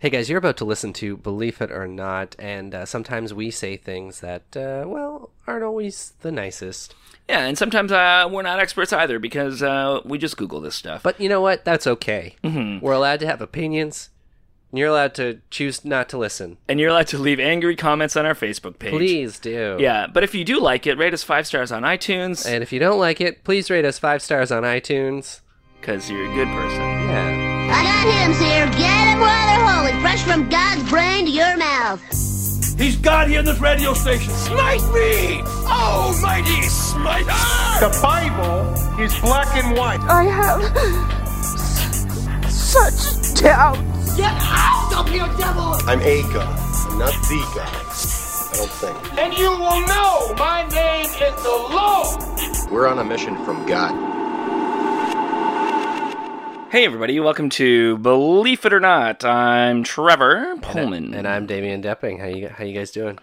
Hey guys, you're about to listen to Believe It or Not, and uh, sometimes we say things that, uh, well, aren't always the nicest. Yeah, and sometimes uh, we're not experts either because uh, we just Google this stuff. But you know what? That's okay. Mm-hmm. We're allowed to have opinions, and you're allowed to choose not to listen. and you're allowed to leave angry comments on our Facebook page. Please do. Yeah, but if you do like it, rate us five stars on iTunes And if you don't like it, please rate us five stars on iTunes. because you're a good person. Yeah. I got hymns here. Get it, brother holy, fresh from God's brain to your mouth. He's God here in this radio station. Smite me! Almighty smite! The Bible is black and white. I have such doubts. I'm a God. I'm not the God. I don't think. And you will know my name is the Lord. We're on a mission from God. Hey, everybody, welcome to Believe It or Not. I'm Trevor Pullman. And I'm Damian Depping. How you How you guys doing?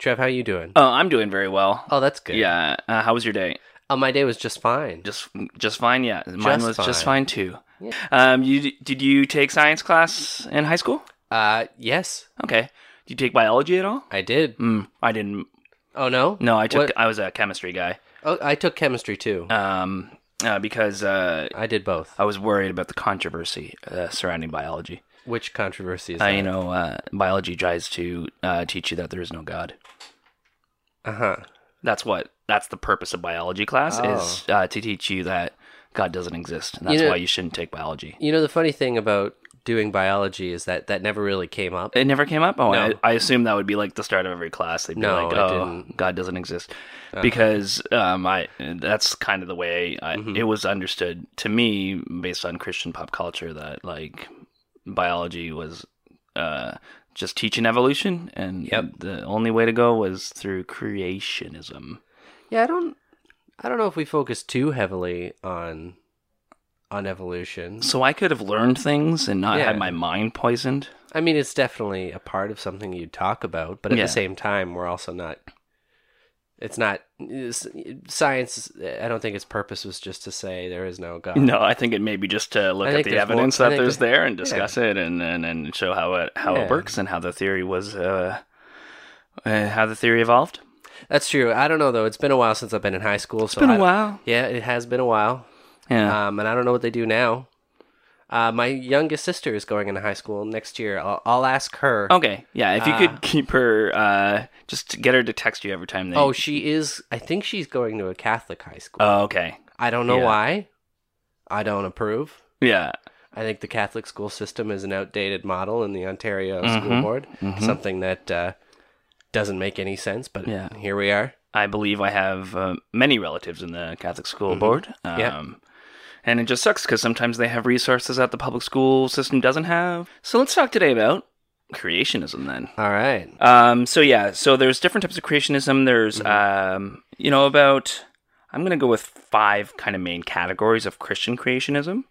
Trev, how you doing? oh, I'm doing very well. oh, that's good. Yeah. Uh, how was your day? Oh, my day was just fine. Just, just fine. Yeah, mine Just was just fine. fine too. Um, you did you take science class in high school? Uh, yes, Okay. Did you take biology at all? I did. Mm, I didn't. Oh no. No, I took. What- I was a chemistry guy. Oh, I took chemistry too. Um, uh, because uh, I did both. I was worried about the controversy uh, surrounding biology. Which controversy is Uh, that? you know, uh, biology tries to uh, teach you that there is no God. Uh huh. That's what. That's the purpose of biology class is uh, to teach you that God doesn't exist, and that's Oh. You know- why you shouldn't take biology. You know the funny thing about doing biology is that that never really came up. It never came up. Oh, No. I, I assume that would be like the start of every class. They'd be No, like, it "Oh, didn't. Uh-huh. God doesn't exist," because um, I that's kind of the way I, Mm-hmm. it was understood to me based on Christian pop culture that like biology was uh, just teaching evolution, and Yep. the only way to go was through creationism. Yeah, I don't. I don't know if we focus too heavily on on evolution. So I could have learned things and not had Yeah. my mind poisoned. I mean, it's definitely a part of something you talk about, but at Yeah. the same time, we're also not. It's not it's- science. I don't think its purpose was just to say there is no God. No, I think it may be just to look I at think the there's more- evidence I that think there's there- there and discuss it and, and, and show how it how Yeah. it works and how the theory was uh, uh, how the theory evolved. That's true. I don't know though. It's been a while since I've been in high school. so been a I- while. Yeah, it has been a while. Yeah. Um, and I don't know what they do now. Uh, my youngest sister is going into high school next year. I'll, I'll ask her. okay. Yeah. If you could keep her, uh, just to get her to text you every time. They, Oh, she is. I think she's going to a Catholic high school. Oh, okay. I don't know yeah. why. I don't approve. Yeah. I think the Catholic school system is an outdated model in the Ontario Mm-hmm. School Board, something that uh, doesn't make any sense, but Yeah. here we are. I believe I have uh, many relatives in the Catholic school board. Um, Mm-hmm. Yeah. And it just sucks because sometimes they have resources that the public school system doesn't have. So let's talk today about creationism then. All right. Um, so yeah, so there's different types of creationism. There's, Mm-hmm. um, you know, about I'm gonna go with five kind of main categories of Christian creationism,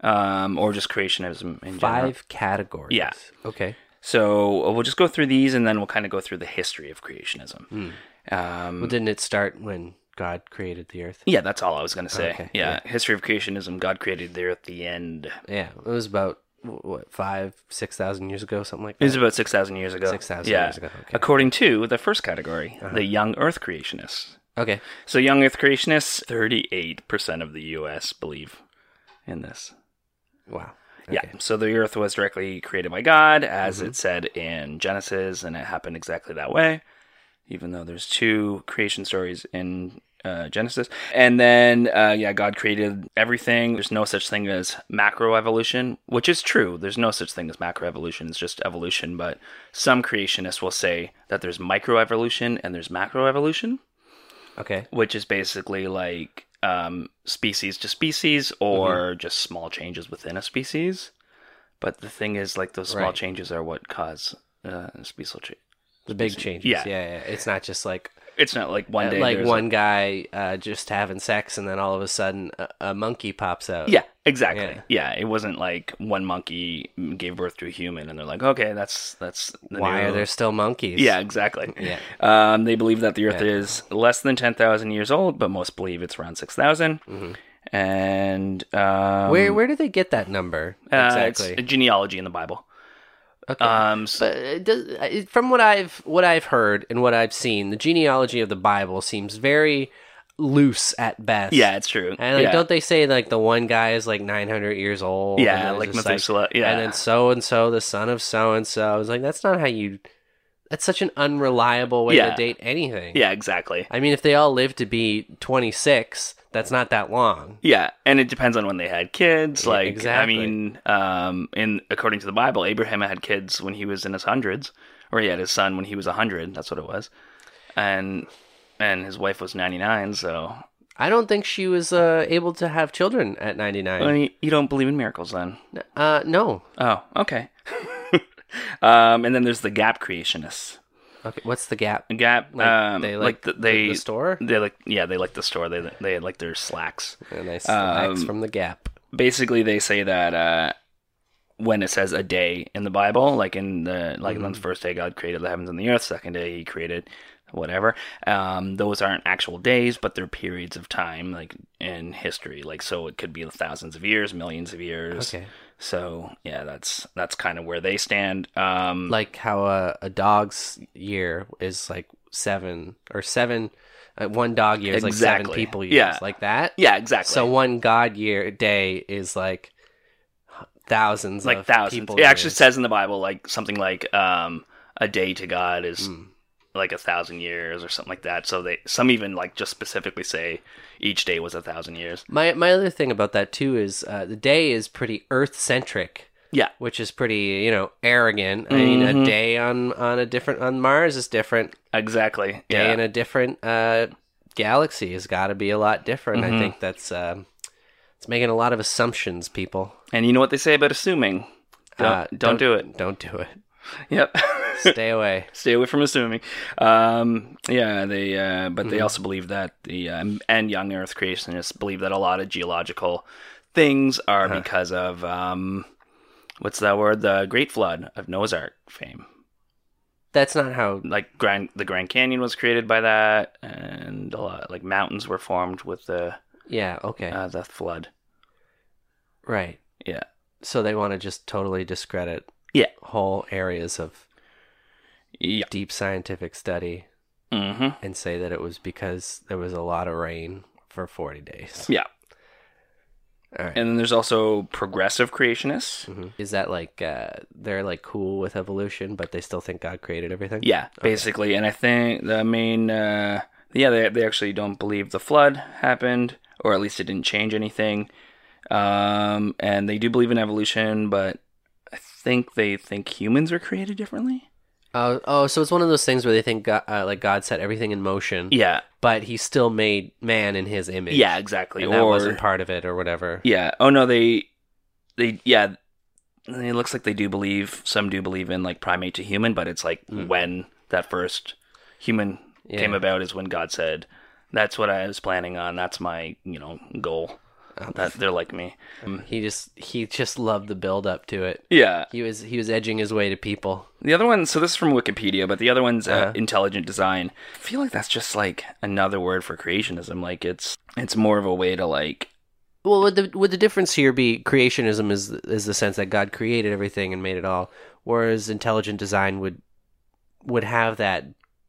um, or just creationism in general. Five categories. Yeah. Okay. So uh, we'll just go through these, and then we'll kind of go through the history of creationism. Mm. Um, Well, didn't it start when God created the earth? yeah, that's all I was gonna say. Okay, yeah, history of creationism. God created the earth. The end. Yeah. It was about, wh- what, five, 6,000 years ago, something like It was that? about six thousand years ago. 6,000 Yeah. years ago, okay. Uh-huh. According to the first category, the young Earth creationists. Okay. So, young Earth creationists, 38% of the US believe in this. Wow. Yeah. So, the Earth was directly created by God, as it said in Genesis, and it happened exactly that way, even though there's two creation stories in. Uh, Genesis, and then uh, yeah, God created everything. There's no such thing as macroevolution, which is true. There's no such thing as macroevolution. It's just evolution. But some creationists will say that there's microevolution and there's macroevolution Okay. which is basically like um, species to species or Mm-hmm. just small changes within a species. But the thing is, like those Right. small changes are what cause uh, special change. The big changes. Yeah. Yeah. yeah, It's not just like uh, It's not like one day like there's one guy uh, just having sex and then all of a sudden a, a monkey pops out. A, yeah, exactly. Yeah. Yeah. it wasn't like one monkey gave birth to a human, and they're like, okay, that's that's the Why new- are there still monkeys? Yeah, exactly. Yeah. Um, they believe that the Earth Yeah. is less than ten thousand years old, but most believe it's around six And um, Mm-hmm. Where where do they get that number Uh, exactly? It's a genealogy in the Bible. Okay. Um, so- But Uh, it does, I- from what I've what I've heard and what I've seen, the genealogy of the Bible seems very loose at best. yeah, it's true. And like, yeah. don't they say like the one guy is like 900 years old? Yeah, and then it's like just, Methuselah, yeah. and then so and so, the son of so and so. I was like, that's not how you. That's such an unreliable way Yeah. to date anything. yeah, exactly. I mean, if they all live to be 26, that's not that long. Yeah, and it depends on when they had kids. Yeah, Like, exactly. I mean, um, in according to the Bible, Abraham had kids when he was in his hundreds, or he had his son when he was a hundred. That's what it was, and and his wife was ninety nine. So, I don't think she was uh, able to have children at 99. Well, you, you don't believe in miracles, then? Uh, no. Oh, okay. um, and then there's the gap creationists. Okay, what's the gap? Gap, Like, um, they they like like, the, they the store? They like yeah, they like the store. They they like their slacks. A nice slacks Um, from the gap. basically they say that uh, when it says a day in the Bible, like in the like on Mm-hmm. the first day God created the heavens and the earth, second day He created whatever. Um, those aren't actual days, but they're periods of time, like in history. Like so, it could be thousands of years, millions of years. Okay. So yeah, that's that's kind of where they stand. Um, Like how a, a dog's year is like seven or seven. Uh, one dog year is like seven Exactly. people years. Yeah. Like that? yeah, exactly. So one God year day is like thousands like of thousands. people. It actually years. says in the Bible like something like um, a day to God is Hmm. like a thousand years or something like that. So they some even like just specifically say each day was a thousand years. My, my other thing about that too is uh, the day is pretty earth centric. Yeah, Mm-hmm. Which is pretty, you know, arrogant. I mean, a day on on a different on Mars is different. exactly. day yeah. in a different uh, galaxy has got to be a lot different. Mm-hmm. I think that's um, it's making a lot of assumptions, people. and you know what they say about assuming? Don't, Uh, don't, do it. Don't do it. Yep. Stay away. Stay away from assuming. Um, yeah, they. Uh, but Hmm. they also believe that the um, and young Earth creationists believe that a lot of geological things are because of um, what's that word? The Great Flood of Noah's Ark fame. That's not how. like Grand the Grand Canyon was created by that, and a lot like mountains were formed with the Yeah. Okay. uh, the flood. right. Yeah, So they want to just totally discredit yeah, whole areas of yeah. deep scientific study hmm and say that it was because there was a lot of rain for 40 days. Yeah, All right. and then there's also progressive creationists. Mhm. Is that like uh, they're like cool with evolution, but they still think God created everything? Yeah, basically, and I think the main uh, yeah they they actually don't believe the flood happened, or at least it didn't change anything. Um, and they do believe in evolution, but I think they think humans are created differently. Oh, oh, so it's one of those things where they think God, uh, like God set everything in motion, Yeah, but He still made man in His image. yeah, exactly. and that or wasn't part of it or whatever. Yeah. Oh no, they they yeah. It looks like they do believe some do believe in like primate to human, but it's like when that first human Hmm. Yeah. came about is when God said, "That's what I was planning on. That's my you know goal." Oh, that they're like me. Um, He just he just loved the build up to it. Yeah. He was he was edging his way to people. The other one, so this is from Wikipedia, but the other one's uh, Uh-huh. intelligent design. I feel like that's just like another word for creationism. Like it's it's more of a way to like Well, would the would the difference here be creationism is is the sense that God created everything and made it all, whereas intelligent design would would have that,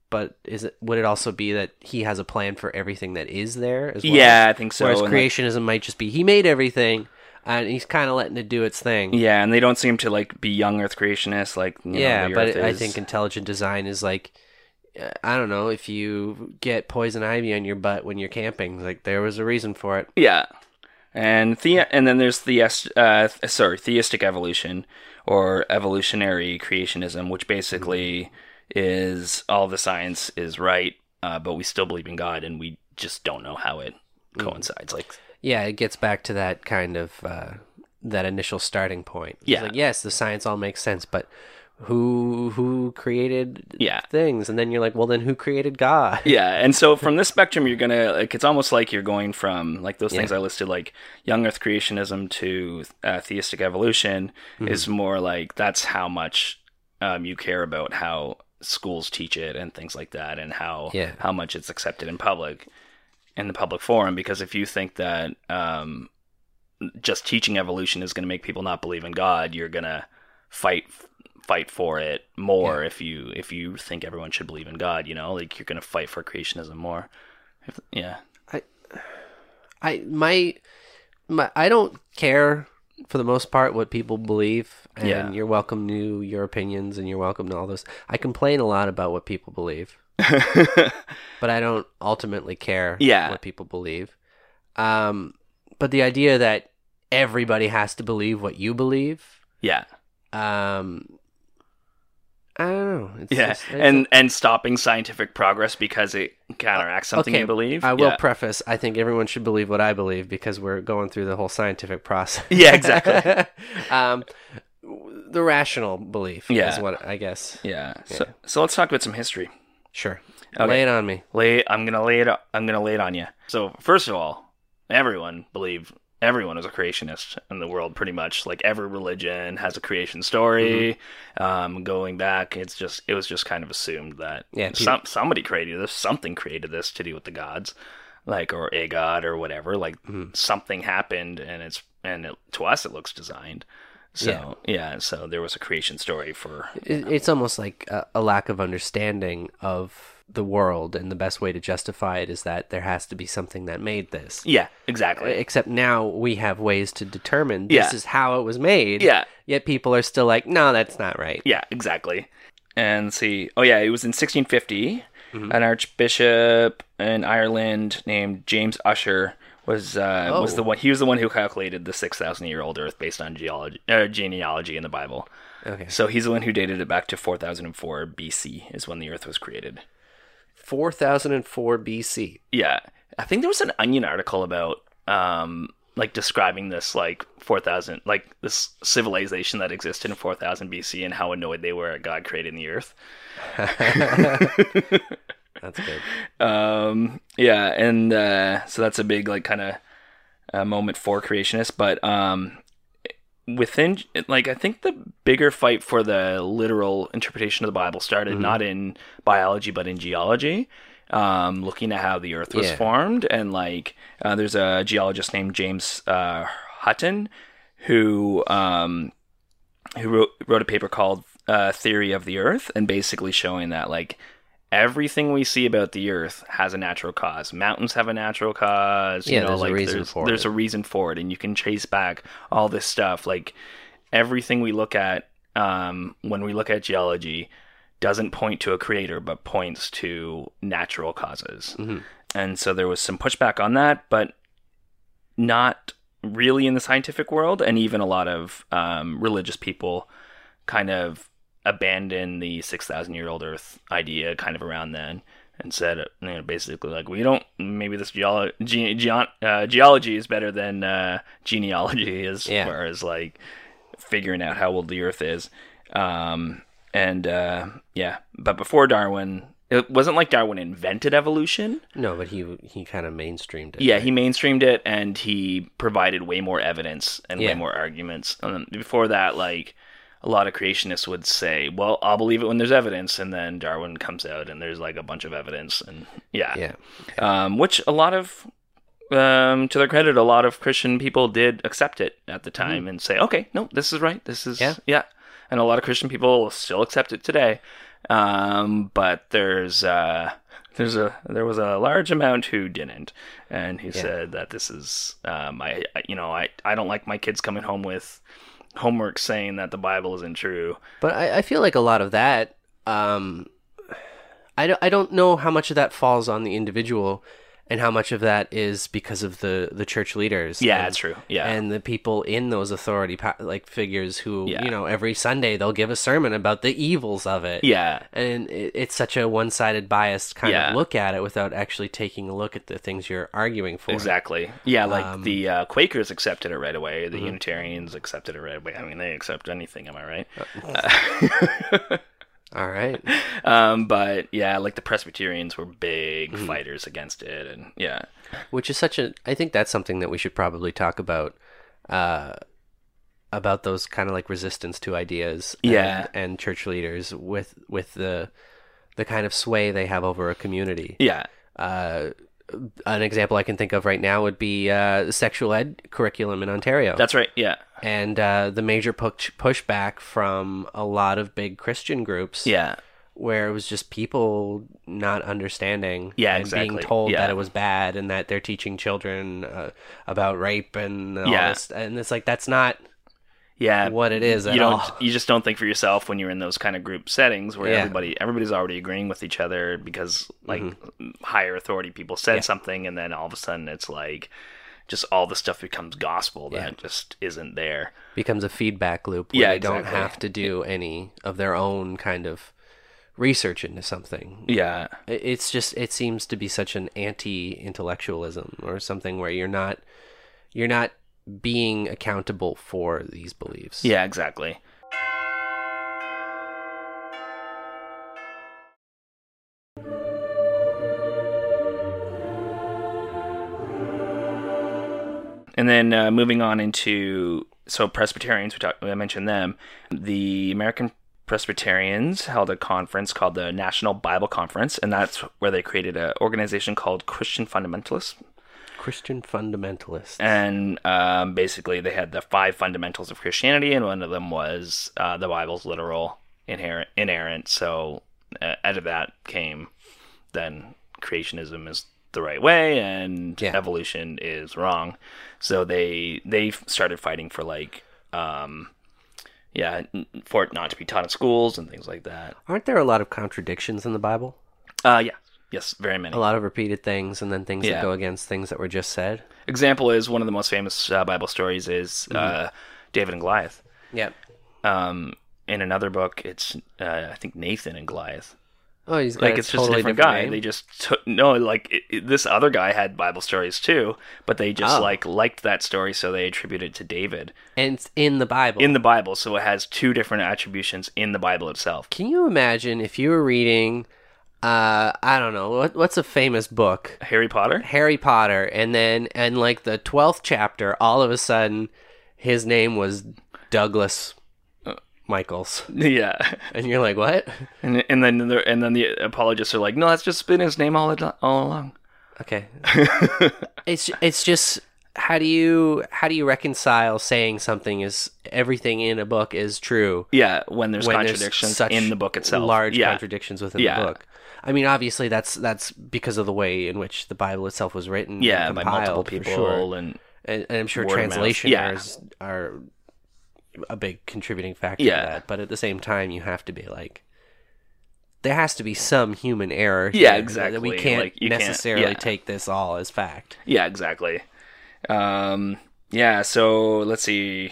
but is it would it also be that He has a plan for everything that is there as well? yeah, I think so. Whereas and, like, creationism might just be he made everything and he's kind of letting it do its thing. yeah, and they don't seem to like be young Earth creationists. Like you know, yeah, the but Earth I is- think intelligent design is like uh, I don't know if you get poison ivy on your butt when you're camping. Like there was a reason for it. Yeah, and the and then there's theist, uh, th- sorry, theistic evolution or evolutionary creationism, which basically is all the science is right, uh, but we still believe in God, and we just don't know how it Mm. coincides. Like, Yeah, it gets back to that kind of uh, that initial starting point. It's Yeah. like yes, the science all makes sense, but who who created Yeah. things? And then you're like, well, then who created God? yeah, and so from this spectrum, you're gonna like it's almost like you're going from like those things I listed, like young Earth creationism to uh, theistic evolution, is more like that's how much um, you care about how schools teach it and things like that, and how Yeah. how much it's accepted in public, in the public forum. Because if you think that um, just teaching evolution is going to make people not believe in God, you're gonna fight f- fight for it more if you if you think everyone should believe in God. You know, like you're gonna fight for creationism more. If, yeah, I my my I don't care for the most part what people believe and Yeah. you're welcome to your opinions and you're welcome to all those. I complain a lot about what people believe, but I don't ultimately care Yeah. what people believe. Um but the idea that everybody has to believe what you believe yeah, um I don't know. It's yeah. just- it's- And and stopping scientific progress because it counteracts something you believe. I will Yeah. preface. I think everyone should believe what I believe because we're going through the whole scientific process. Yeah, exactly. um, the rational belief is Yeah. what I guess. yeah. So so let's talk about some history. Sure, Okay. lay it on me. Lay, I'm gonna lay it. I'm gonna lay it on you. So first of all, everyone believed everyone was a creationist in the world, pretty much. Like every religion has a creation story. Um, going back, it's just it was just kind of assumed that Yeah, people- some somebody created this, something created this to do with the gods, like or a god or whatever. Like something happened, and it's and it, to us it looks designed. So yeah. so there was a creation story for It, it's almost like a, a lack of understanding of the world, and the best way to justify it is that there has to be something that made this. yeah, exactly. Except now we have ways to determine this Yeah. is how it was made. Yeah. Yet people are still like, no, that's not right. Yeah, exactly. And let's see, oh yeah, it was in 1650. Mm-hmm. An archbishop in Ireland named James Usher was uh, was Oh. the one. He was the one who calculated the six thousand year old Earth based on geology, uh, genealogy in the Bible. Okay. So he's the one who dated it back to four thousand and four BC is when the Earth was created. Four thousand and four B.C. Yeah, I think there was an Onion article about um like describing this like 4000 like this civilization that existed in 4000 BC and how annoyed they were at God creating the earth. That's good. Um, yeah, and uh, so that's a big like kind of uh, moment for creationists, but um, within like I think the bigger fight for the literal interpretation of the Bible started not in biology but in geology. Um, looking at how the Earth was Yeah. formed, and like uh, there's a geologist named James uh, Hutton who um, who wrote wrote a paper called uh, "Theory of the Earth" and basically showing that like everything we see about the Earth has a natural cause. Mountains have a natural cause. Yeah, you know, there's a like, reason there's, for There's it. a reason for it, and you can trace back all this stuff. Like everything we look at um, when we look at geology doesn't point to a creator, but points to natural causes. Mm-hmm. And so there was some pushback on that, but not really in the scientific world, and even a lot of um, religious people kind of abandoned the 6,000 year old Earth idea kind of around then and said, you know, basically, like, we don't, maybe this geolo- ge- ge- uh, geology is better than uh, genealogy is, Yeah. whereas, like, figuring out how old the Earth is. Um, and uh, yeah, but before Darwin, it wasn't like Darwin invented evolution. No, but he he kind of mainstreamed it. Yeah, he mainstreamed it and he provided way more evidence and way Yeah. more arguments. Um, before that, like a lot of creationists would say, "Well, I'll believe it when there's evidence," and then Darwin comes out and there's like a bunch of evidence, and yeah, Yeah. Um, which a lot of, um, to their credit, a lot of Christian people did accept it at the time and say, "Okay, no, this is right. This is Yeah. yeah," and a lot of Christian people still accept it today. Um, but there's uh, there's a there was a large amount who didn't, and who said that this is um, I I- you know I I don't like my kids coming home with homework saying that the Bible isn't true. But I, I feel like a lot of that, um, I, don't, I don't know how much of that falls on the individual and how much of that is because of the, the church leaders. Yeah, and, it's true. Yeah, And the people in those authority po- like figures who, Yeah. you know, every Sunday they'll give a sermon about the evils of it. yeah, And it, it's such a one sided, biased kind Yeah. of look at it without actually taking a look at the things you're arguing for. Exactly. Yeah, like Um, mm-hmm. the uh, Quakers accepted it right away. The Unitarians accepted it right away. I mean, they accept anything. Am I right? All right. Um, but yeah, like the Presbyterians were big Mm-hmm. fighters against it, and yeah, which is such a i think that's something that we should probably talk about uh about those kind of like resistance to ideas and, Yeah. and church leaders with with the the kind of sway they have over a community yeah, uh an example i can think of right now would be uh the sexual ed curriculum in ontario that's right. Yeah, and uh, the major push- pushback from a lot of big Christian groups, Yeah. where it was just people not understanding, Yeah, and being exactly. told Yeah. that it was bad and that they're teaching children uh, about rape and all Yeah. this, and it's like that's not Yeah. what it is at you don't all. you just don't think for yourself when you're in those kind of group settings where Yeah. everybody everybody's already agreeing with each other because like Mm-hmm. higher authority people said something and then all of a sudden it's like just all the stuff becomes gospel that just isn't there. becomes a feedback loop where Yeah, they don't exactly. have to do any of their own kind of research into something. Yeah. It- It's just it seems to be such an anti-intellectualism or something where you're not you're not being accountable for these beliefs. Yeah, exactly. And then uh, moving on into so Presbyterians, we talked, I mentioned them. The American Presbyterians held a conference called the National Bible Conference, and that's where they created an organization called Christian Fundamentalists. Christian fundamentalists. And um, basically, they had the five fundamentals of Christianity, and one of them was uh, the Bible's literal inherent, inerrant. So uh, out of that came then creationism is the right way, and Yeah. evolution is wrong. So they they started fighting for like. Um, yeah, n- for it not to be taught in schools and things like that. Aren't there a lot of contradictions in the Bible? Uh, yeah, yes, very many. A lot of repeated things and then things Yeah. that go against things that were just said. Example is one of the most famous uh, Bible stories is Mm-hmm. uh, David and Goliath. Yep. um, in another book, it's uh, I think Nathan and Goliath. Oh, he's got Like a it's just totally a different, guy. name. They just took no like it, it- this other guy had Bible stories too, but they just Oh. like liked that story, so they attributed it to David and it's in the Bible. in the Bible. So it has two different attributions in the Bible itself. Can you imagine if you were reading, uh, I don't know, what, what's a famous book? Harry Potter. Harry Potter, and then, and like the 12th chapter, all of a sudden, his name was Douglas Uh. Michaels. Yeah, And you're like, what? and and then the, and then the apologists are like, no, that's just been his name all al- all along. Okay. it's, it's just, how do you, how do you reconcile saying something is, everything in a book is true? Yeah, when there's when there's contradictions such in the book itself, Large yeah, contradictions within Yeah. the book. I mean, obviously, that's that's because of the way in which the Bible itself was written. yeah, and by compiled, multiple for people sure. and and, and I'm sure word of mouth. translation Yeah. errors are a big contributing factor Yeah. to that. But at the same time, you have to be like, there has to be some human error. Yeah, here That exactly. we can't Like, you can't- necessarily yeah. take this all as fact. Yeah, exactly. Um, yeah, so let's see.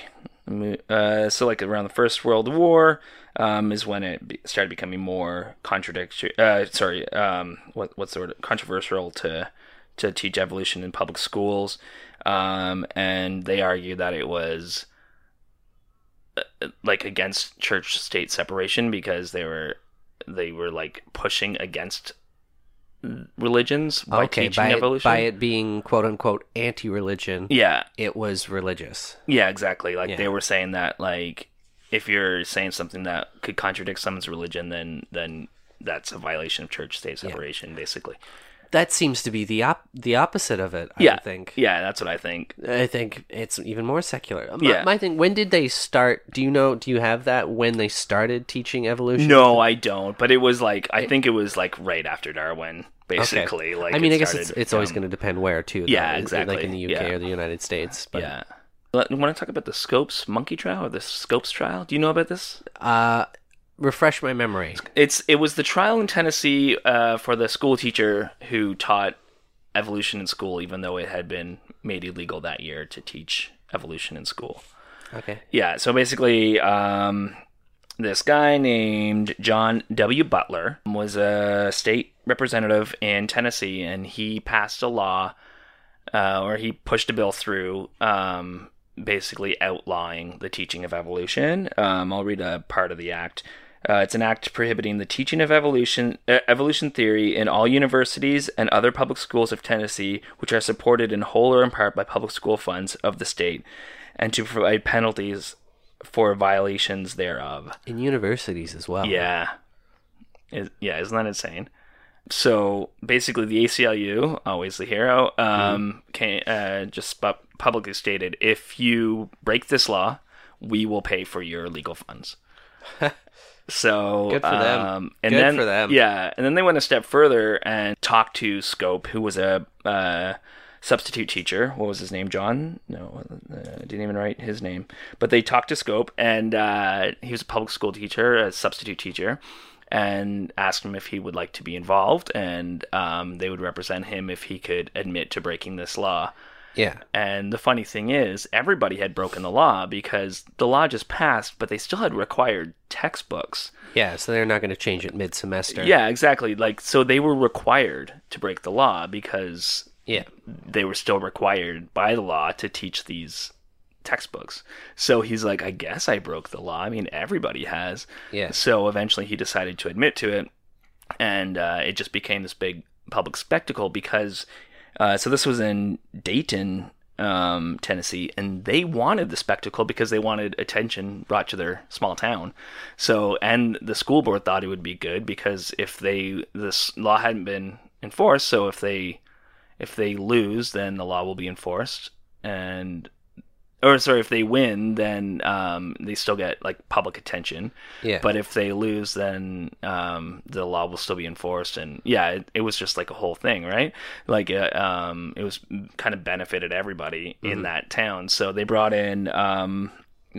Uh, so like around the First World War um, is when it be- started becoming more contradictory. Uh, sorry, um, what what's the word? Controversial to to teach evolution in public schools, um, and they argued that it was uh, like against church state separation because they were they were like pushing against mm, religions by okay, teaching by it, evolution by it being quote unquote anti-religion, yeah, it was religious. yeah, exactly. Like Yeah. they were saying that, like if you're saying something that could contradict someone's religion, then then that's a violation of church-state separation, basically. That seems to be the op- the opposite of it. I yeah, would think. yeah, that's what I think. I think it's even more secular. My, Yeah. my thing. When did they start? Do you know? Do you have that? When they started teaching evolution? No, I don't. But it was like I think it was like right after Darwin, Okay. basically. Like I mean, it I guess started, it's, it's always um, going to depend where too. though, yeah, is it exactly. Like in the UK Yeah. or the United States. But, yeah. Let- Want to talk about the Scopes monkey trial or the Scopes trial? Do you know about this? Uh, refresh my memory. It's it was the trial in Tennessee uh, for the school teacher who taught evolution in school, even though it had been made illegal that year to teach evolution in school. Okay. Yeah, so basically, um, this guy named John W. Butler was a state representative in Tennessee, and he passed a law, uh, or he pushed a bill through, um, basically outlawing the teaching of evolution. Um, I'll read a part of the act. Uh, it's an act prohibiting the teaching of evolution uh, evolution theory in all universities and other public schools of Tennessee, which are supported in whole or in part by public school funds of the state, and to provide penalties for violations thereof. In universities as well. Yeah. Is, yeah, isn't that insane? So basically, the ACLU, always the hero, um, can, uh, just pu- publicly stated if you break this law, we will pay for your legal funds. so Good for them. um, and Good then for them. yeah, and then they went a step further and talked to Scope, who was a uh, substitute teacher. What was his name? John? No, uh, I didn't even write his name. But they talked to Scope, and uh, he was a public school teacher, a substitute teacher, and asked him if he would like to be involved, and um, they would represent him if he could admit to breaking this law. Yeah. And the funny thing is, everybody had broken the law because the law just passed, but they still had required textbooks. Yeah, so they're not going to change it mid semester. Yeah, exactly. Like, so they were required to break the law because Yeah. they were still required by the law to teach these textbooks. So he's like, I guess I broke the law. I mean, everybody has. Yeah. So eventually he decided to admit to it. And uh, it just became this big public spectacle because, uh, so this was in Dayton, um, Tennessee, and they wanted the spectacle because they wanted attention brought to their small town. So, and the school board thought it would be good because if they, this law hadn't been enforced, so if they, if they lose, then the law will be enforced, and or sorry, if they win, then um, they still get like public attention. Yeah. But if they lose, then um, the law will still be enforced, and yeah, it, it was just like a whole thing, right? Like, uh, um, it was kind of benefited everybody in that town. So they brought in, um,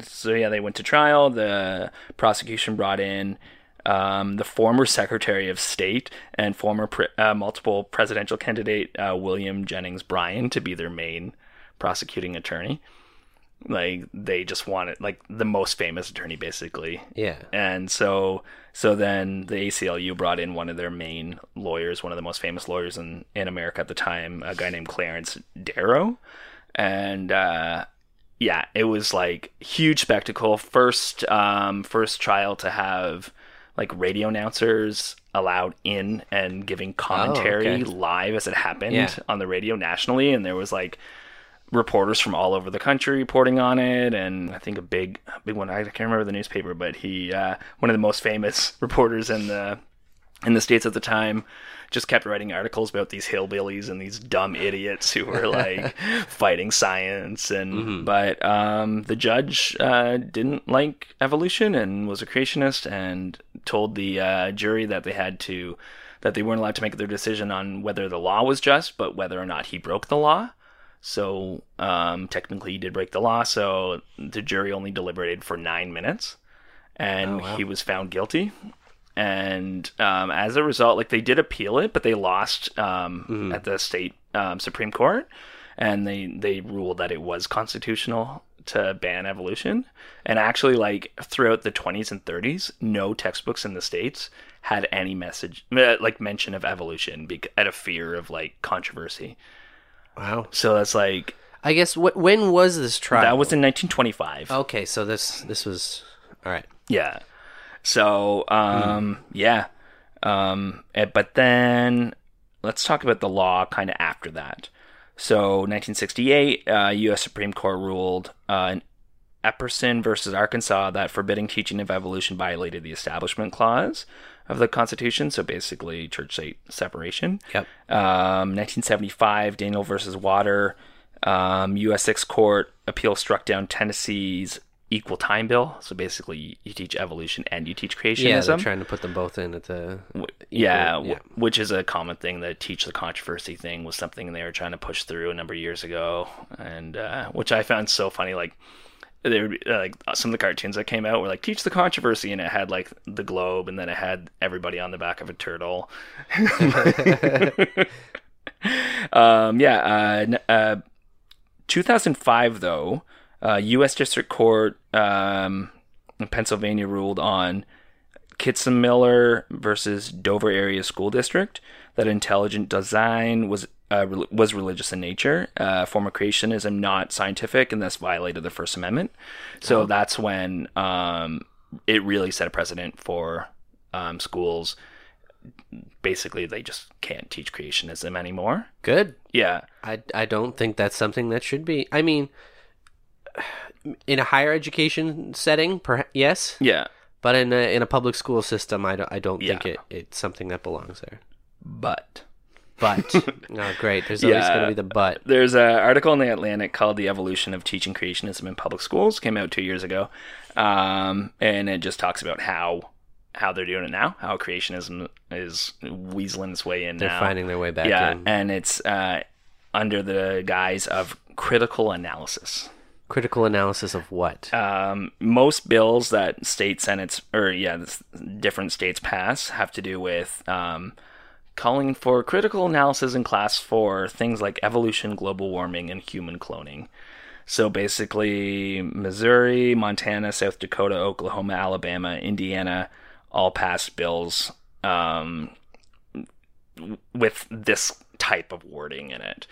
so yeah, they went to trial. The prosecution brought in um, the former Secretary of State and former pre- uh, multiple presidential candidate uh, William Jennings Bryan to be their main prosecuting attorney. Like they just wanted like the most famous attorney basically. Yeah. And so so then the ACLU brought in one of their main lawyers, one of the most famous lawyers in, in America at the time, a guy named Clarence Darrow. And uh yeah, it was like huge spectacle. First um first trial to have like radio announcers allowed in and giving commentary okay. live as it happened Yeah. on the radio nationally and there was like reporters from all over the country reporting on it and i think a big a big one i can't remember the newspaper but he uh, one of the most famous reporters in the in the states at the time just kept writing articles about these hillbillies and these dumb idiots who were like fighting science and but um, the judge uh, didn't like evolution and was a creationist and told the uh, jury that they had to that they weren't allowed to make their decision on whether the law was just but whether or not he broke the law so um, technically, he did break the law. So the jury only deliberated for nine minutes, and he was found guilty. And um, as a result, like they did appeal it, but they lost um, at the state um, supreme court, and they they ruled that it was constitutional to ban evolution. And actually, like throughout the 20s and 30s, no textbooks in the states had any message uh, like mention of evolution bec- out of fear of like controversy. Wow. So that's like I guess wh- when was this trial? that was in 1925. Okay, so this this was all right. Yeah. So, um, yeah. Um, eh, but then let's talk about the law kind of after that. So, 1968, uh, U.S. Supreme Court ruled uh, in Epperson versus Arkansas that forbidding teaching of evolution violated the Establishment Clause of the Constitution. So, basically, church state separation. Yep. Um, 1975, Daniel versus Water. Um, U.S. Sixth Court appeal struck down Tennessee's equal time bill. So basically, you teach evolution and you teach creationism. Yeah, they're trying to put them both in at the Yeah, Equal- w- yeah. which is a common thing. The teach the controversy thing was something they were trying to push through a number of years ago, and uh, which I found so funny. Like there would be, uh, like some of the cartoons that came out were like teach the controversy, and it had like the globe, and then it had everybody on the back of a turtle. um, yeah. Uh, n- uh, 2005 though, uh, U.S. District Court um, in Pennsylvania ruled on. Kitzenmiller versus Dover Area School District that intelligent design was uh, rel was religious in nature, uh, form of creationism not scientific, and thus violated the First Amendment. So that's when um, it really set a precedent for um, schools. Basically, they just can't teach creationism anymore. good. Yeah, I I don't think that's something that should be. I mean, in a higher education setting, perha yes, yeah. but in a in a public school system, I don't I don't think Yeah. it it's something that belongs there. But But oh, great. There's always Yeah. going to be the but. There's an article in the Atlantic called "The Evolution of Teaching Creationism in Public Schools." Came out two years ago, um, and it just talks about how how they're doing it now, how creationism is weaseling its way in They're now. finding their way back yeah, in. and it's uh, under the guise of critical analysis. Critical analysis of what? Um, most bills that state senates or yeah, this- different states pass have to do with um, calling for critical analysis in class for things like evolution, global warming, and human cloning. So basically, Missouri, Montana, South Dakota, Oklahoma, Alabama, Indiana all passed bills um, with this type of wording in it.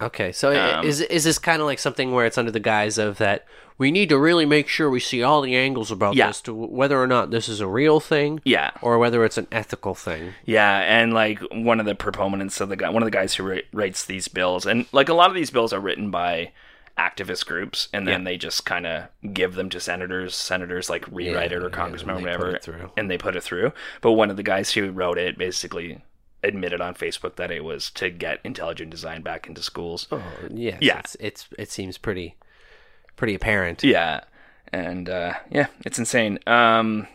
Okay, so i um, is is this kind of like something where it's under the guise of that we need to really make sure we see all the angles about Yeah. this to w- whether or not this is a real thing, Yeah. or whether it's an ethical thing. Yeah, and like one of the proponents of the guy, one of the guys who wri- writes these bills, and like a lot of these bills are written by activist groups, and then they just kind of give them to senators. Senators like rewrite it yeah, or congressman or and they put whatever, it through. and they put it through. But one of the guys who wrote it basically admitted on Facebook that it was to get intelligent design back into schools. Oh. Yes, Yeah. it's, it's it seems pretty pretty apparent. Yeah, and uh, yeah, it's insane. Um,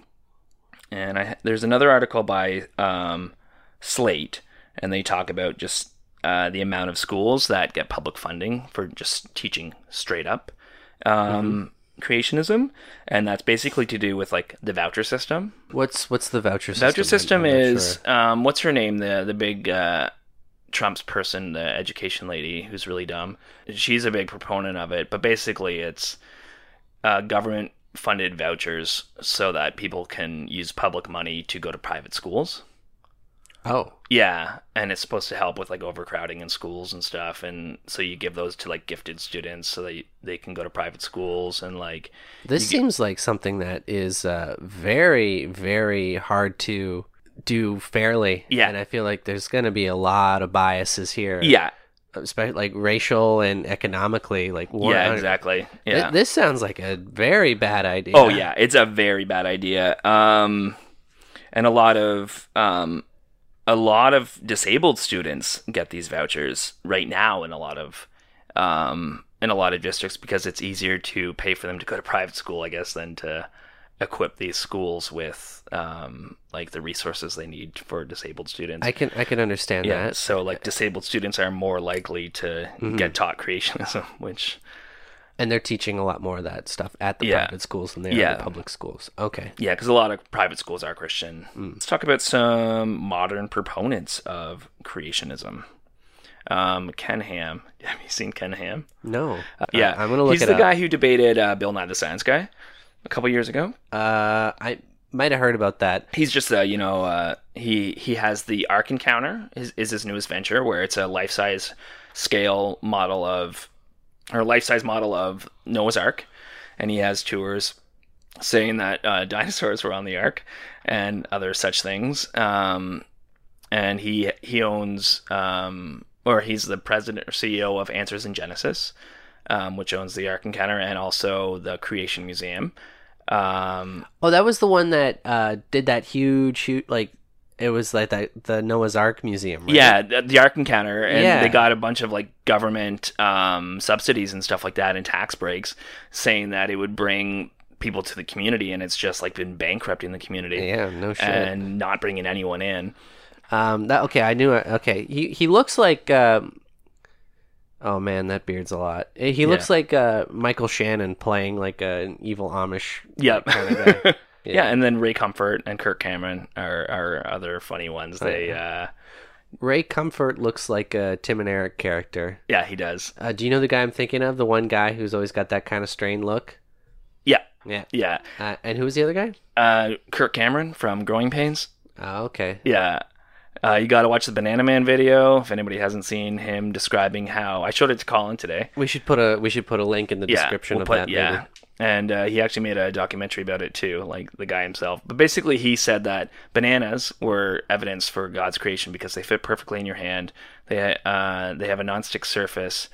and I there's another article by um, Slate, and they talk about just uh, the amount of schools that get public funding for just teaching straight up um, creationism, and that's basically to do with like the voucher system. What's what's the voucher system? Voucher system I'm not is sure. um, what's her name the the big. Uh, Trump's person, the education lady who's really dumb, she's a big proponent of it. But basically, it's uh, government funded vouchers so that people can use public money to go to private schools. oh Yeah, and it's supposed to help with like overcrowding in schools and stuff. And so you give those to like gifted students so they they can go to private schools and like this seems like something that is uh, very very hard to do fairly. Yeah. and I feel like there's going to be a lot of biases here. yeah especially like racial and economically like war yeah exactly Th- yeah this sounds like a very bad idea Oh yeah, it's a very bad idea. Um, and a lot of um, a lot of disabled students get these vouchers right now in a lot of um, in a lot of districts because it's easier to pay for them to go to private school, I guess, than to equip these schools with um, like the resources they need for disabled students. i can i can understand yeah, that Mm-hmm. so like disabled students are more likely to get taught creationism, which and they're teaching a lot more of that stuff at the Yeah. private schools than they are Yeah. at the public schools okay Yeah, because a lot of private schools are Christian. Hmm. Let's talk about some modern proponents of creationism. Um, Ken Ham. Have you seen Ken Ham? no yeah, I, am gonna look He's it the up guy who debated uh, Bill Nye the Science Guy a couple years ago. uh i might have heard about that He's just uh, you know uh, he he has the Ark Encounter is, is his newest venture where it's a life size scale model of or life size model of Noah's Ark, and he has tours saying that uh, dinosaurs were on the Ark and other such things. Um, and he he owns um, or he's the president or CEO of Answers in Genesis, um, which owns the Ark Encounter and also the Creation Museum. Um, oh that was the one that uh did that huge huge like it was like that the noah's ark museum right? Yeah, the, the Ark Encounter, and Yeah. they got a bunch of like government um, subsidies and stuff like that, and tax breaks, saying that it would bring people to the community, and it's just like been bankrupting the community. yeah no shit And not bringing anyone in. Um, that okay. I knew it. Okay, he he looks like. Um, oh man, that beard's a lot. Eh, He looks like uh, Michael Shannon playing like a, an evil Amish. Yep. kind of guy. Yeah. and then Ray Comfort and Kirk Cameron are, are other funny ones. Oh, They, uh, Ray Comfort looks like a Tim and Eric character. yeah, he does. Uh, do you know the guy I'm thinking of? The one guy who's always got that kind of strained look. Yeah, Yeah. yeah. Uh, and who was the other guy? Uh, Kirk Cameron from Growing Pains. Oh, okay. Yeah. Uh, you got to watch the Banana Man video if anybody hasn't seen him describing how. I showed it to Colin today. We should put a we should put a link in the description we'll of put- that. Yeah, maybe. and uh, he actually made a documentary about it too, like the guy himself. But basically, he said that bananas were evidence for God's creation because they fit perfectly in your hand. They uh, they have a nonstick surface.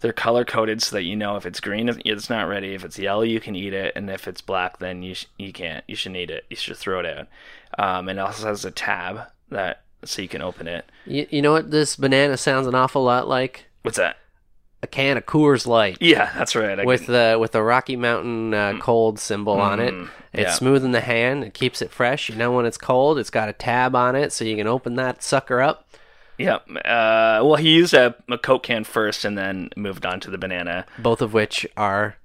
They're color coded so that you know if it's green, it's not ready. If it's yellow, you can eat it, and if it's black, then you sh- you can't. You should eat it. You should throw it out. Um, and it also has a tab that so you can open it. You, you know what this banana sounds an awful lot like? What's that? A can of Coors Light. Yeah, that's right. I With can- the with the Rocky Mountain uh, cold symbol on it, Mm, it's yeah. smooth in the hand. It keeps it fresh. You know when it's cold, it's got a tab on it, so you can open that sucker up. yeah. Uh, well, he used a, a Coke can first and then moved on to the banana. Both of which are,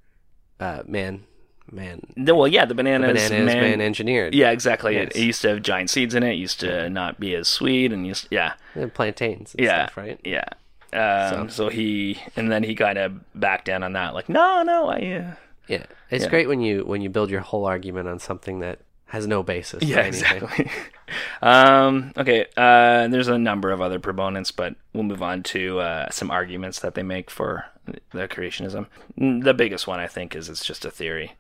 uh, man, man, No, well, yeah, the banana, banana is is man- man engineered. Yeah, exactly. It, Yes. it used to have giant seeds in it. it used to not be as sweet, and used yeah, and plantains. And yeah, stuff, right. Yeah. Um, so. he and then he kind of backed down on that, like, no, no, I. Uh, Yeah, it's Yeah. great when you when you build your whole argument on something that has no basis. yeah, or anything. exactly. um, okay, uh, there's a number of other proponents, but we'll move on to uh, some arguments that they make for the creationism. Mm, The biggest one, I think, is it's just a theory.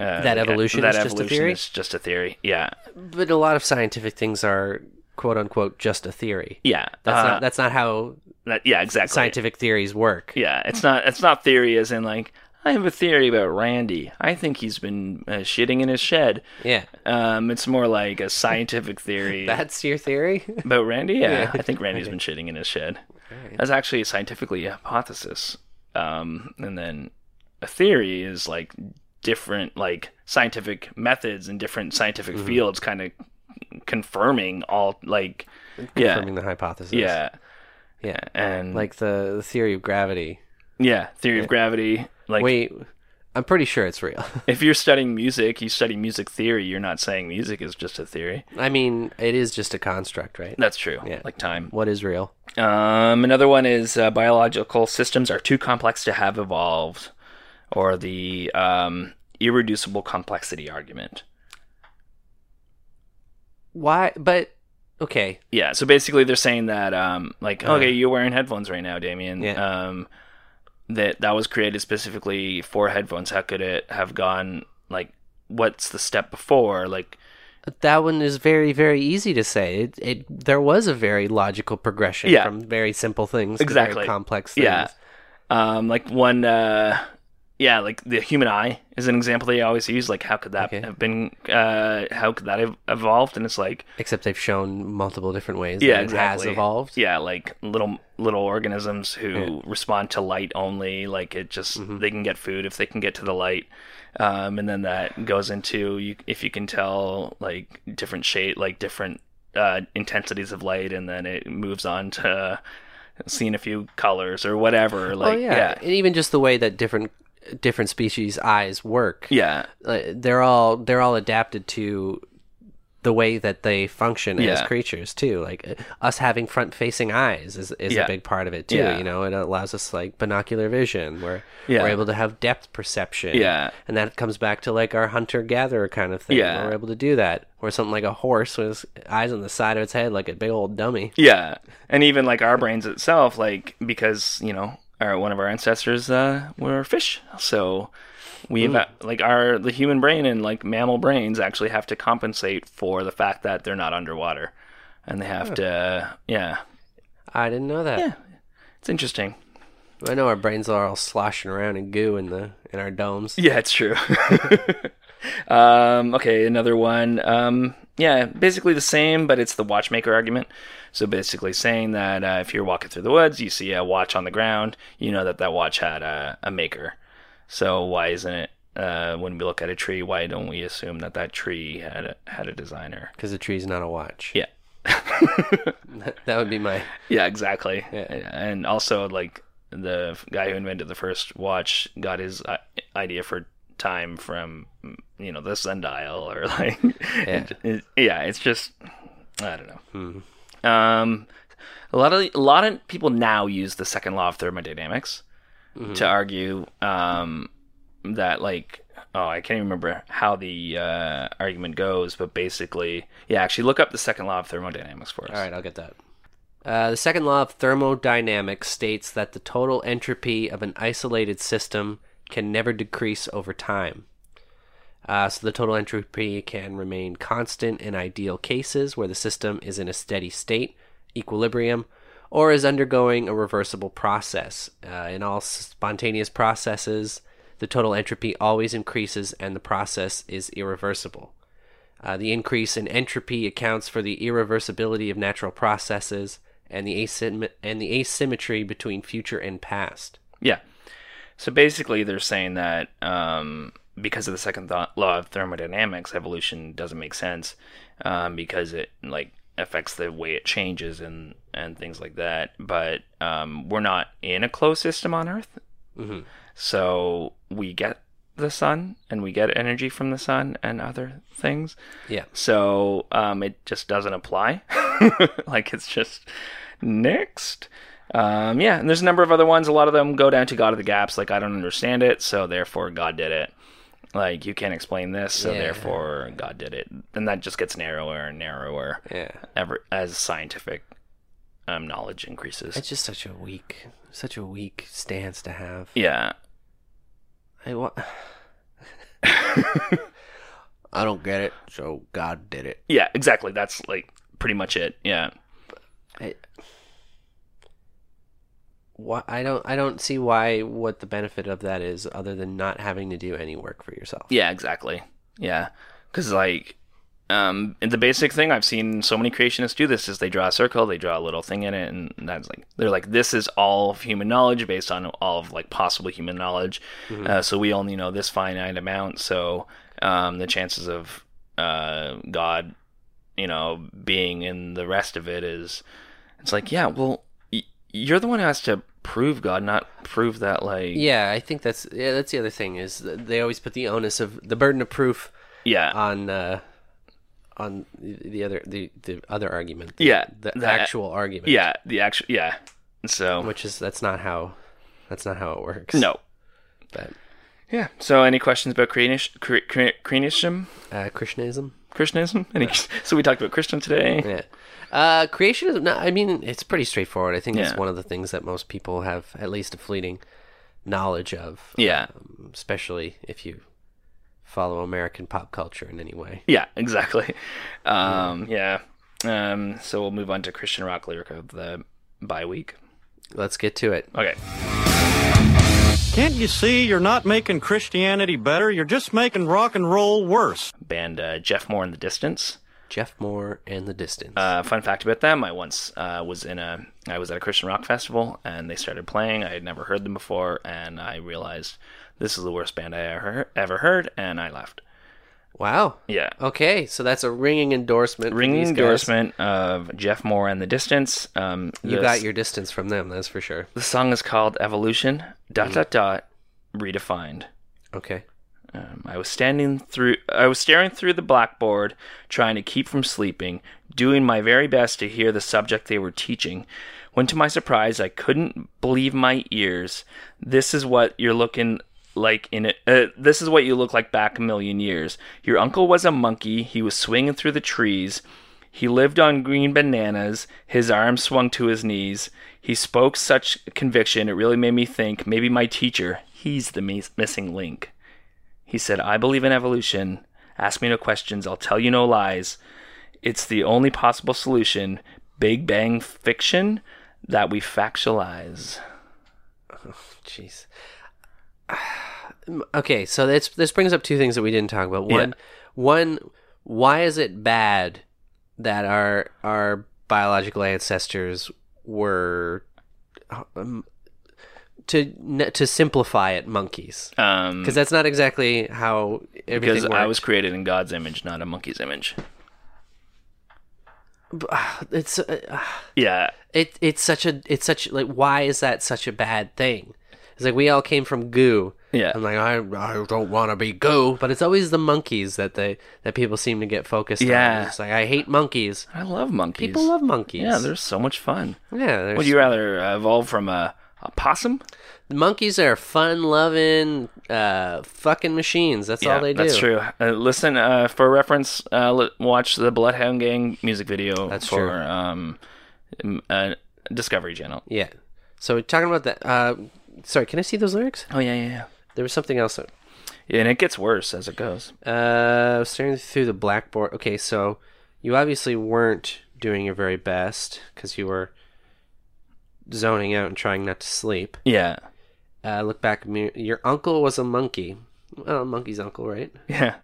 Uh, That evolution that is just a evolution theory? is just a theory. Yeah, But a lot of scientific things are quote unquote just a theory. yeah. That's uh, not that's not how that- yeah, exactly. scientific theories work. Yeah, it's not it's not theory as in like I have a theory about Randy. I think he's been uh, shitting in his shed. Yeah. Um, it's more like a scientific theory That's your theory? about Randy. Yeah, Yeah. I think Randy's been shitting in his shed. That's actually scientifically a hypothesis. Um, and then a theory is like different like scientific methods and different scientific fields kind of confirming all like yeah Confirming the hypothesis. yeah Yeah. and like Like the, the theory of gravity. yeah theory of gravity like Wait, I'm pretty sure it's real. if you're studying music, you study music theory. You're not saying music is just a theory. I mean, it is just a construct, right? That's true. Yeah. Like time. What is real? Um, another one is uh, biological systems are too complex to have evolved, or the um, irreducible complexity argument. Why but okay. Yeah. So basically, they're saying that um, like, okay, you're wearing headphones right now, Damien. Uh-huh. Yeah. Um, that that was created specifically for headphones. How could it have gone like? What's the step before? Like, That one is very, very easy to say. It, it there was a very logical progression Yeah. from very simple things to Exactly. very complex things. Yeah. um like one uh yeah like the human eye is an example they always use like how could that Okay. have been uh how could that have evolved and it's like Except they've shown multiple different ways yeah that it exactly. has evolved. yeah like little little organisms who respond to light only like it just Mm-hmm. they can get food if they can get to the light um and then that goes into you if you can tell like different shade like different uh intensities of light and then it moves on to seeing a few colors or whatever like oh yeah. and even just the way that different different species' eyes work. yeah like, they're all they're all adapted to the way that they function as Yeah. creatures too. Like uh, us having front facing eyes is, is Yeah. a big part of it too. Yeah. You know, it allows us like binocular vision where Yeah. we're able to have depth perception. Yeah. and that comes back to like our hunter gatherer kind of thing. Yeah. where we're able to do that. Or something like a horse with his eyes on the side of its head, like a big old dummy. Yeah, and even like our brains itself, like because you know our one of our ancestors uh, were fish, so we've uh, like our the human brain and like mammal brains actually have to compensate for the fact that they're not underwater, and they have to yeah, I didn't know that. it's interesting. I know our brains are all sloshing around in goo in the in our domes. Yeah, it's true. um, okay, another one. Um, yeah, basically the same, but it's the watchmaker argument. So basically saying that uh, if you're walking through the woods, you see a watch on the ground, you know that that watch had a, a maker. So why isn't it? Uh, when we look at a tree, why don't we assume that that tree had a, had a designer? Because the tree's not a watch. Yeah. That would be my Yeah, exactly. Yeah. And also, like, the f- guy who invented the first watch got his i- idea for time from, mm, you know, the sundial or, like, yeah, yeah it's just, I don't know. Hmm. Um, a lot of a lot of people now use the second law of thermodynamics Mm-hmm. to argue um, that like oh I can't even remember how the uh, argument goes, but basically yeah actually look up the second law of thermodynamics for us. All right, I'll get that. Uh, the second law of thermodynamics states that the total entropy of an isolated system can never decrease over time. Uh, so the total entropy can remain constant in ideal cases where the system is in a steady state, equilibrium, or is undergoing a reversible process. Uh, in all spontaneous processes, the total entropy always increases and the process is irreversible. Uh, the increase in entropy accounts for the irreversibility of natural processes and the, asym- and the asymmetry between future and past. Yeah. So basically, they're saying that um, because of the second th- law of thermodynamics, evolution doesn't make sense um, because it like affects the way it changes and and things like that. But um, we're not in a closed system on Earth, Mhm. so we get the sun and we get energy from the sun and other things. Yeah. So um, it just doesn't apply. like it's just next. Um, yeah, and there's a number of other ones. A lot of them go down to God of the Gaps. Like I don't understand it, so therefore God did it. Like you can't explain this, so Yeah. therefore God did it. And that just gets narrower and narrower Yeah. ever as scientific um, knowledge increases. It's just such a weak, such a weak stance to have. yeah, I wa- I don't get it. So God did it. yeah, exactly. That's like pretty much it. Yeah, I, why I don't I don't see why what the benefit of that is other than not having to do any work for yourself. yeah, exactly. Yeah, because like. Um, and the basic thing I've seen so many creationists do this is they draw a circle, they draw a little thing in it, and that's like they're like this is all of human knowledge based on all of like possible human knowledge. Uh, so we only know this finite amount. So um, the chances of uh, God, you know, being in the rest of it is It's like, yeah, well, y- you're the one who has to prove God, not prove that, like, Yeah, I think that's yeah, that's the other thing is that they always put the onus of the burden of proof yeah, on uh, on the the other the, the other argument. The, Yeah, the that- actual argument. yeah, the actual, yeah. So, which is that's not how that's not how it works. no. but Yeah. So, any questions about Krenish, Kre- Kre- Krenishism? uh, Krishnaism. Krishnaism? Any, so, we talked about Christian today. Yeah. Uh, creationism. No, I mean, it's pretty straightforward. I think it's Yeah. one of the things that most people have at least a fleeting knowledge of. Yeah. especially if you follow American pop culture in any way. Yeah, exactly. Um, yeah. Um, so, we'll move on to Christian rock lyric of the bye week. Let's get to it. Okay. Can't you see you're not making Christianity better? You're just making rock and roll worse. Band uh, Jeff Moore in the Distance. Jeff Moore and the Distance. Uh, fun fact about them: I once uh, was in a I was at a Christian rock festival, and they started playing. I had never heard them before, and I realized this is the worst band I ever ever heard, and I left. wow. Yeah, Okay, so that's a ringing endorsement. for ringing these guys. endorsement of Jeff Moore and the Distance. Um, You the- got your distance from them, that's for sure. The song is called Evolution. Dot Mm. dot dot. Redefined. Okay. Um, I was standing through. I was staring through the blackboard, trying to keep from sleeping, doing my very best to hear the subject they were teaching. When, to my surprise, I couldn't believe my ears. This is what you're looking like in it. Uh, this is what you look like back a million years. Your uncle was a monkey. He was swinging through the trees. He lived on green bananas. His arms swung to his knees. He spoke such conviction. It really made me think. Maybe my teacher. He's the mis- missing link. He said, I believe in evolution. Ask me no questions. I'll tell you no lies. It's the only possible solution. Big Bang fiction that we factualize. Jeez. okay, so that's this brings up two things that we didn't talk about. One, one, why is it bad that our our biological ancestors were um, to to simplify it monkeys? Um, Because that's not exactly how everything because works. I was created in God's image, not a monkey's image. it's uh, Yeah. it it's such a it's such like why is that such a bad thing? It's like we all came from goo. Yeah. I'm like I I don't want to be goo, but it's always the monkeys that they that people seem to get focused on. Yeah. It's just like I hate monkeys. I love monkeys. People love monkeys. Yeah, they're so much fun. yeah. There's, Would you rather uh, evolve from a, a possum? monkeys are fun loving uh fucking machines. That's all they do. That's true. Uh, listen, uh, for reference, uh, li- watch the Bloodhound Gang music video That's for true. Um, m- uh, Discovery Channel. Yeah. So talking about that. Uh, sorry, can I see those lyrics? Oh, yeah, yeah, yeah. There was something else. And it gets worse as it goes. Uh, staring through the blackboard. Okay, so you obviously weren't doing your very best because you were zoning out and trying not to sleep. Yeah. Uh, look back. Your uncle was a monkey. Well, monkey's uncle, right? Yeah.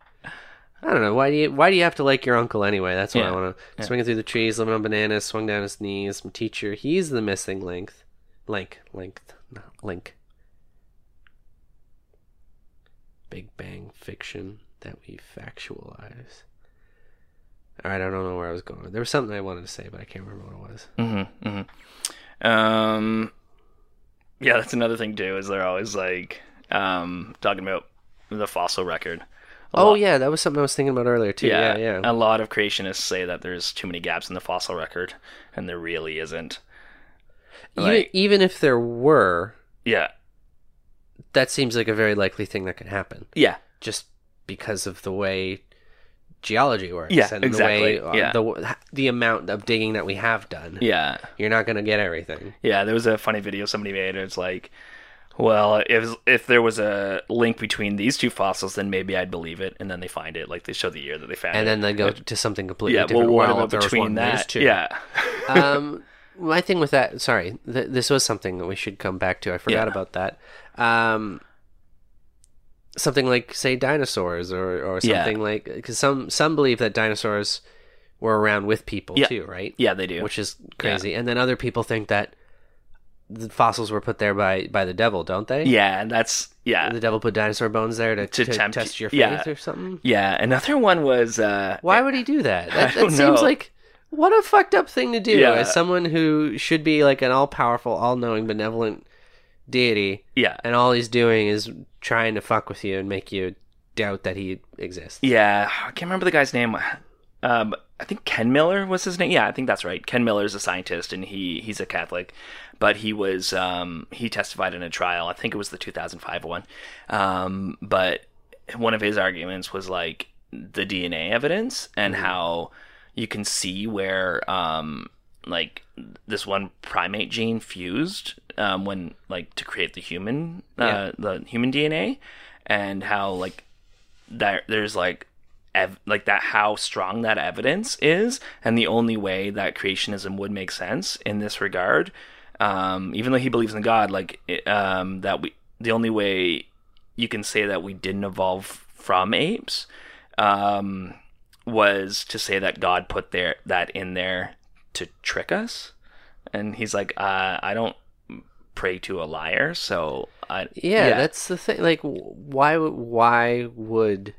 I don't know why do you why do you have to like your uncle anyway? That's what I Yeah. want to swinging through the trees, living on bananas, swung down his knees. My teacher, he's the missing link, link, length, not link. Big Bang fiction that we factualize. All right, I don't know where I was going. There was something I wanted to say, but I can't remember what it was. Um, yeah, that's another thing too. Is they're always like um, talking about the fossil record. A Oh lot- yeah, that was something I was thinking about earlier too. Yeah, yeah. A lot of creationists say that there's too many gaps in the fossil record, and there really isn't. even, like- even if there were, Yeah, that seems like a very likely thing that could happen. yeah, just because of the way geology works Yeah, and exactly. the way uh, Yeah. the the amount of digging that we have done. yeah, You're not going to get everything. yeah. There was a funny video somebody made. It's like, well, if if there was a link between these two fossils, then maybe I'd believe it. And then they find it. Like they show the year that they found And it. then they go to something completely yeah, well, different. what Well, about there was between one, there's that? two. Yeah, um, my thing with that, sorry, th- this was something that we should come back to. I forgot Yeah. about that. Um, something like say dinosaurs or or Yeah. something like because some some believe that dinosaurs were around with people Yeah. too, right? yeah, they do. which is crazy. And then other people think that the fossils were put there by by the devil, don't they? yeah, and that's yeah, The devil put dinosaur bones there to, To to, tempt- test your faith yeah. or something. yeah. Another one was uh, Why would he do that? That, don't that seems know. like what a fucked up thing to do Yeah. as someone who should be like an all powerful, all knowing, benevolent deity, yeah, and all he's doing is trying to fuck with you and make you doubt that he exists. Yeah, I can't remember the guy's name. Um, I think Ken Miller was his name. Yeah, I think that's right. Ken Miller is a scientist, and he he's a Catholic, but he was um, he testified in a trial. I think it was the 2005 one. Um, but one of his arguments was like the DNA evidence and how you can see where um, like this one primate gene fused um, when like to create the human uh, the human DNA, and how like that there's like ev- like that how strong that evidence is and the only way that creationism would make sense in this regard um even though he believes in god like it, um that we the only way you can say that we didn't evolve from apes um was to say that god put there that in there to trick us and he's like uh i don't pray to a liar so i Yeah, that's the thing. Like, w- why? would- Why would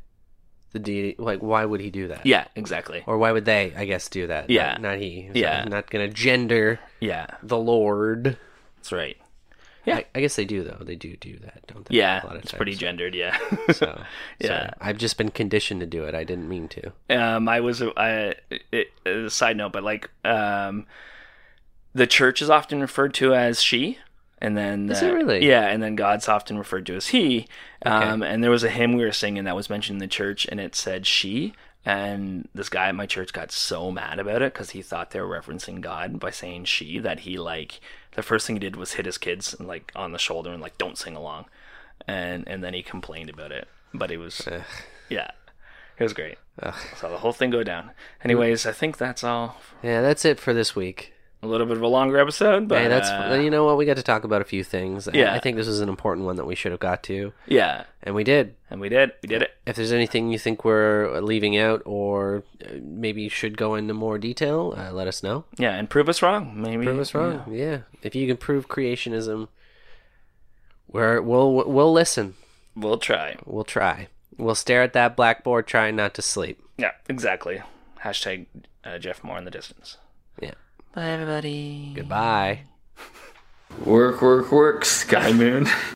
the deity? Like, why would he do that? yeah exactly or why would they i guess do that Yeah. not, not he So Yeah. I'm not gonna gender yeah the lord that's right yeah I, I guess they do though they do do that don't they Yeah, A lot of it's pretty times. gendered. Yeah, so, Yeah. yeah i've just been conditioned to do it i didn't mean to um, I was I, it, a side note, but like um, the church is often referred to as she, and then Is uh, it really? yeah, and then God's often referred to as he. Um, and there was a hymn we were singing that was mentioned in the church, and it said she. And this guy at my church got so mad about it because he thought they were referencing God by saying she that he like the first thing he did was hit his kids like on the shoulder and like don't sing along, and and then he complained about it. But it was yeah, it was great. Saw the whole thing go down. Anyways, I think that's all. yeah that's it for this week A little bit of a longer episode, but hey that's uh, you know what we got to talk about a few things I- Yeah. i think this was an important one that we should have got to yeah. and we did And we did, we did it. if there's anything you think we're leaving out or uh, maybe should go into more detail uh, let us know Yeah, and prove us wrong. Maybe prove us wrong. Yeah. If you can prove creationism, we're, we'll we'll listen. We'll try. We'll try. We'll stare at that blackboard, trying not to sleep. Yeah, exactly. Hashtag uh, Jeff Moore in the distance. Yeah. Bye, everybody. Goodbye. Work, work, work, Sky Moon.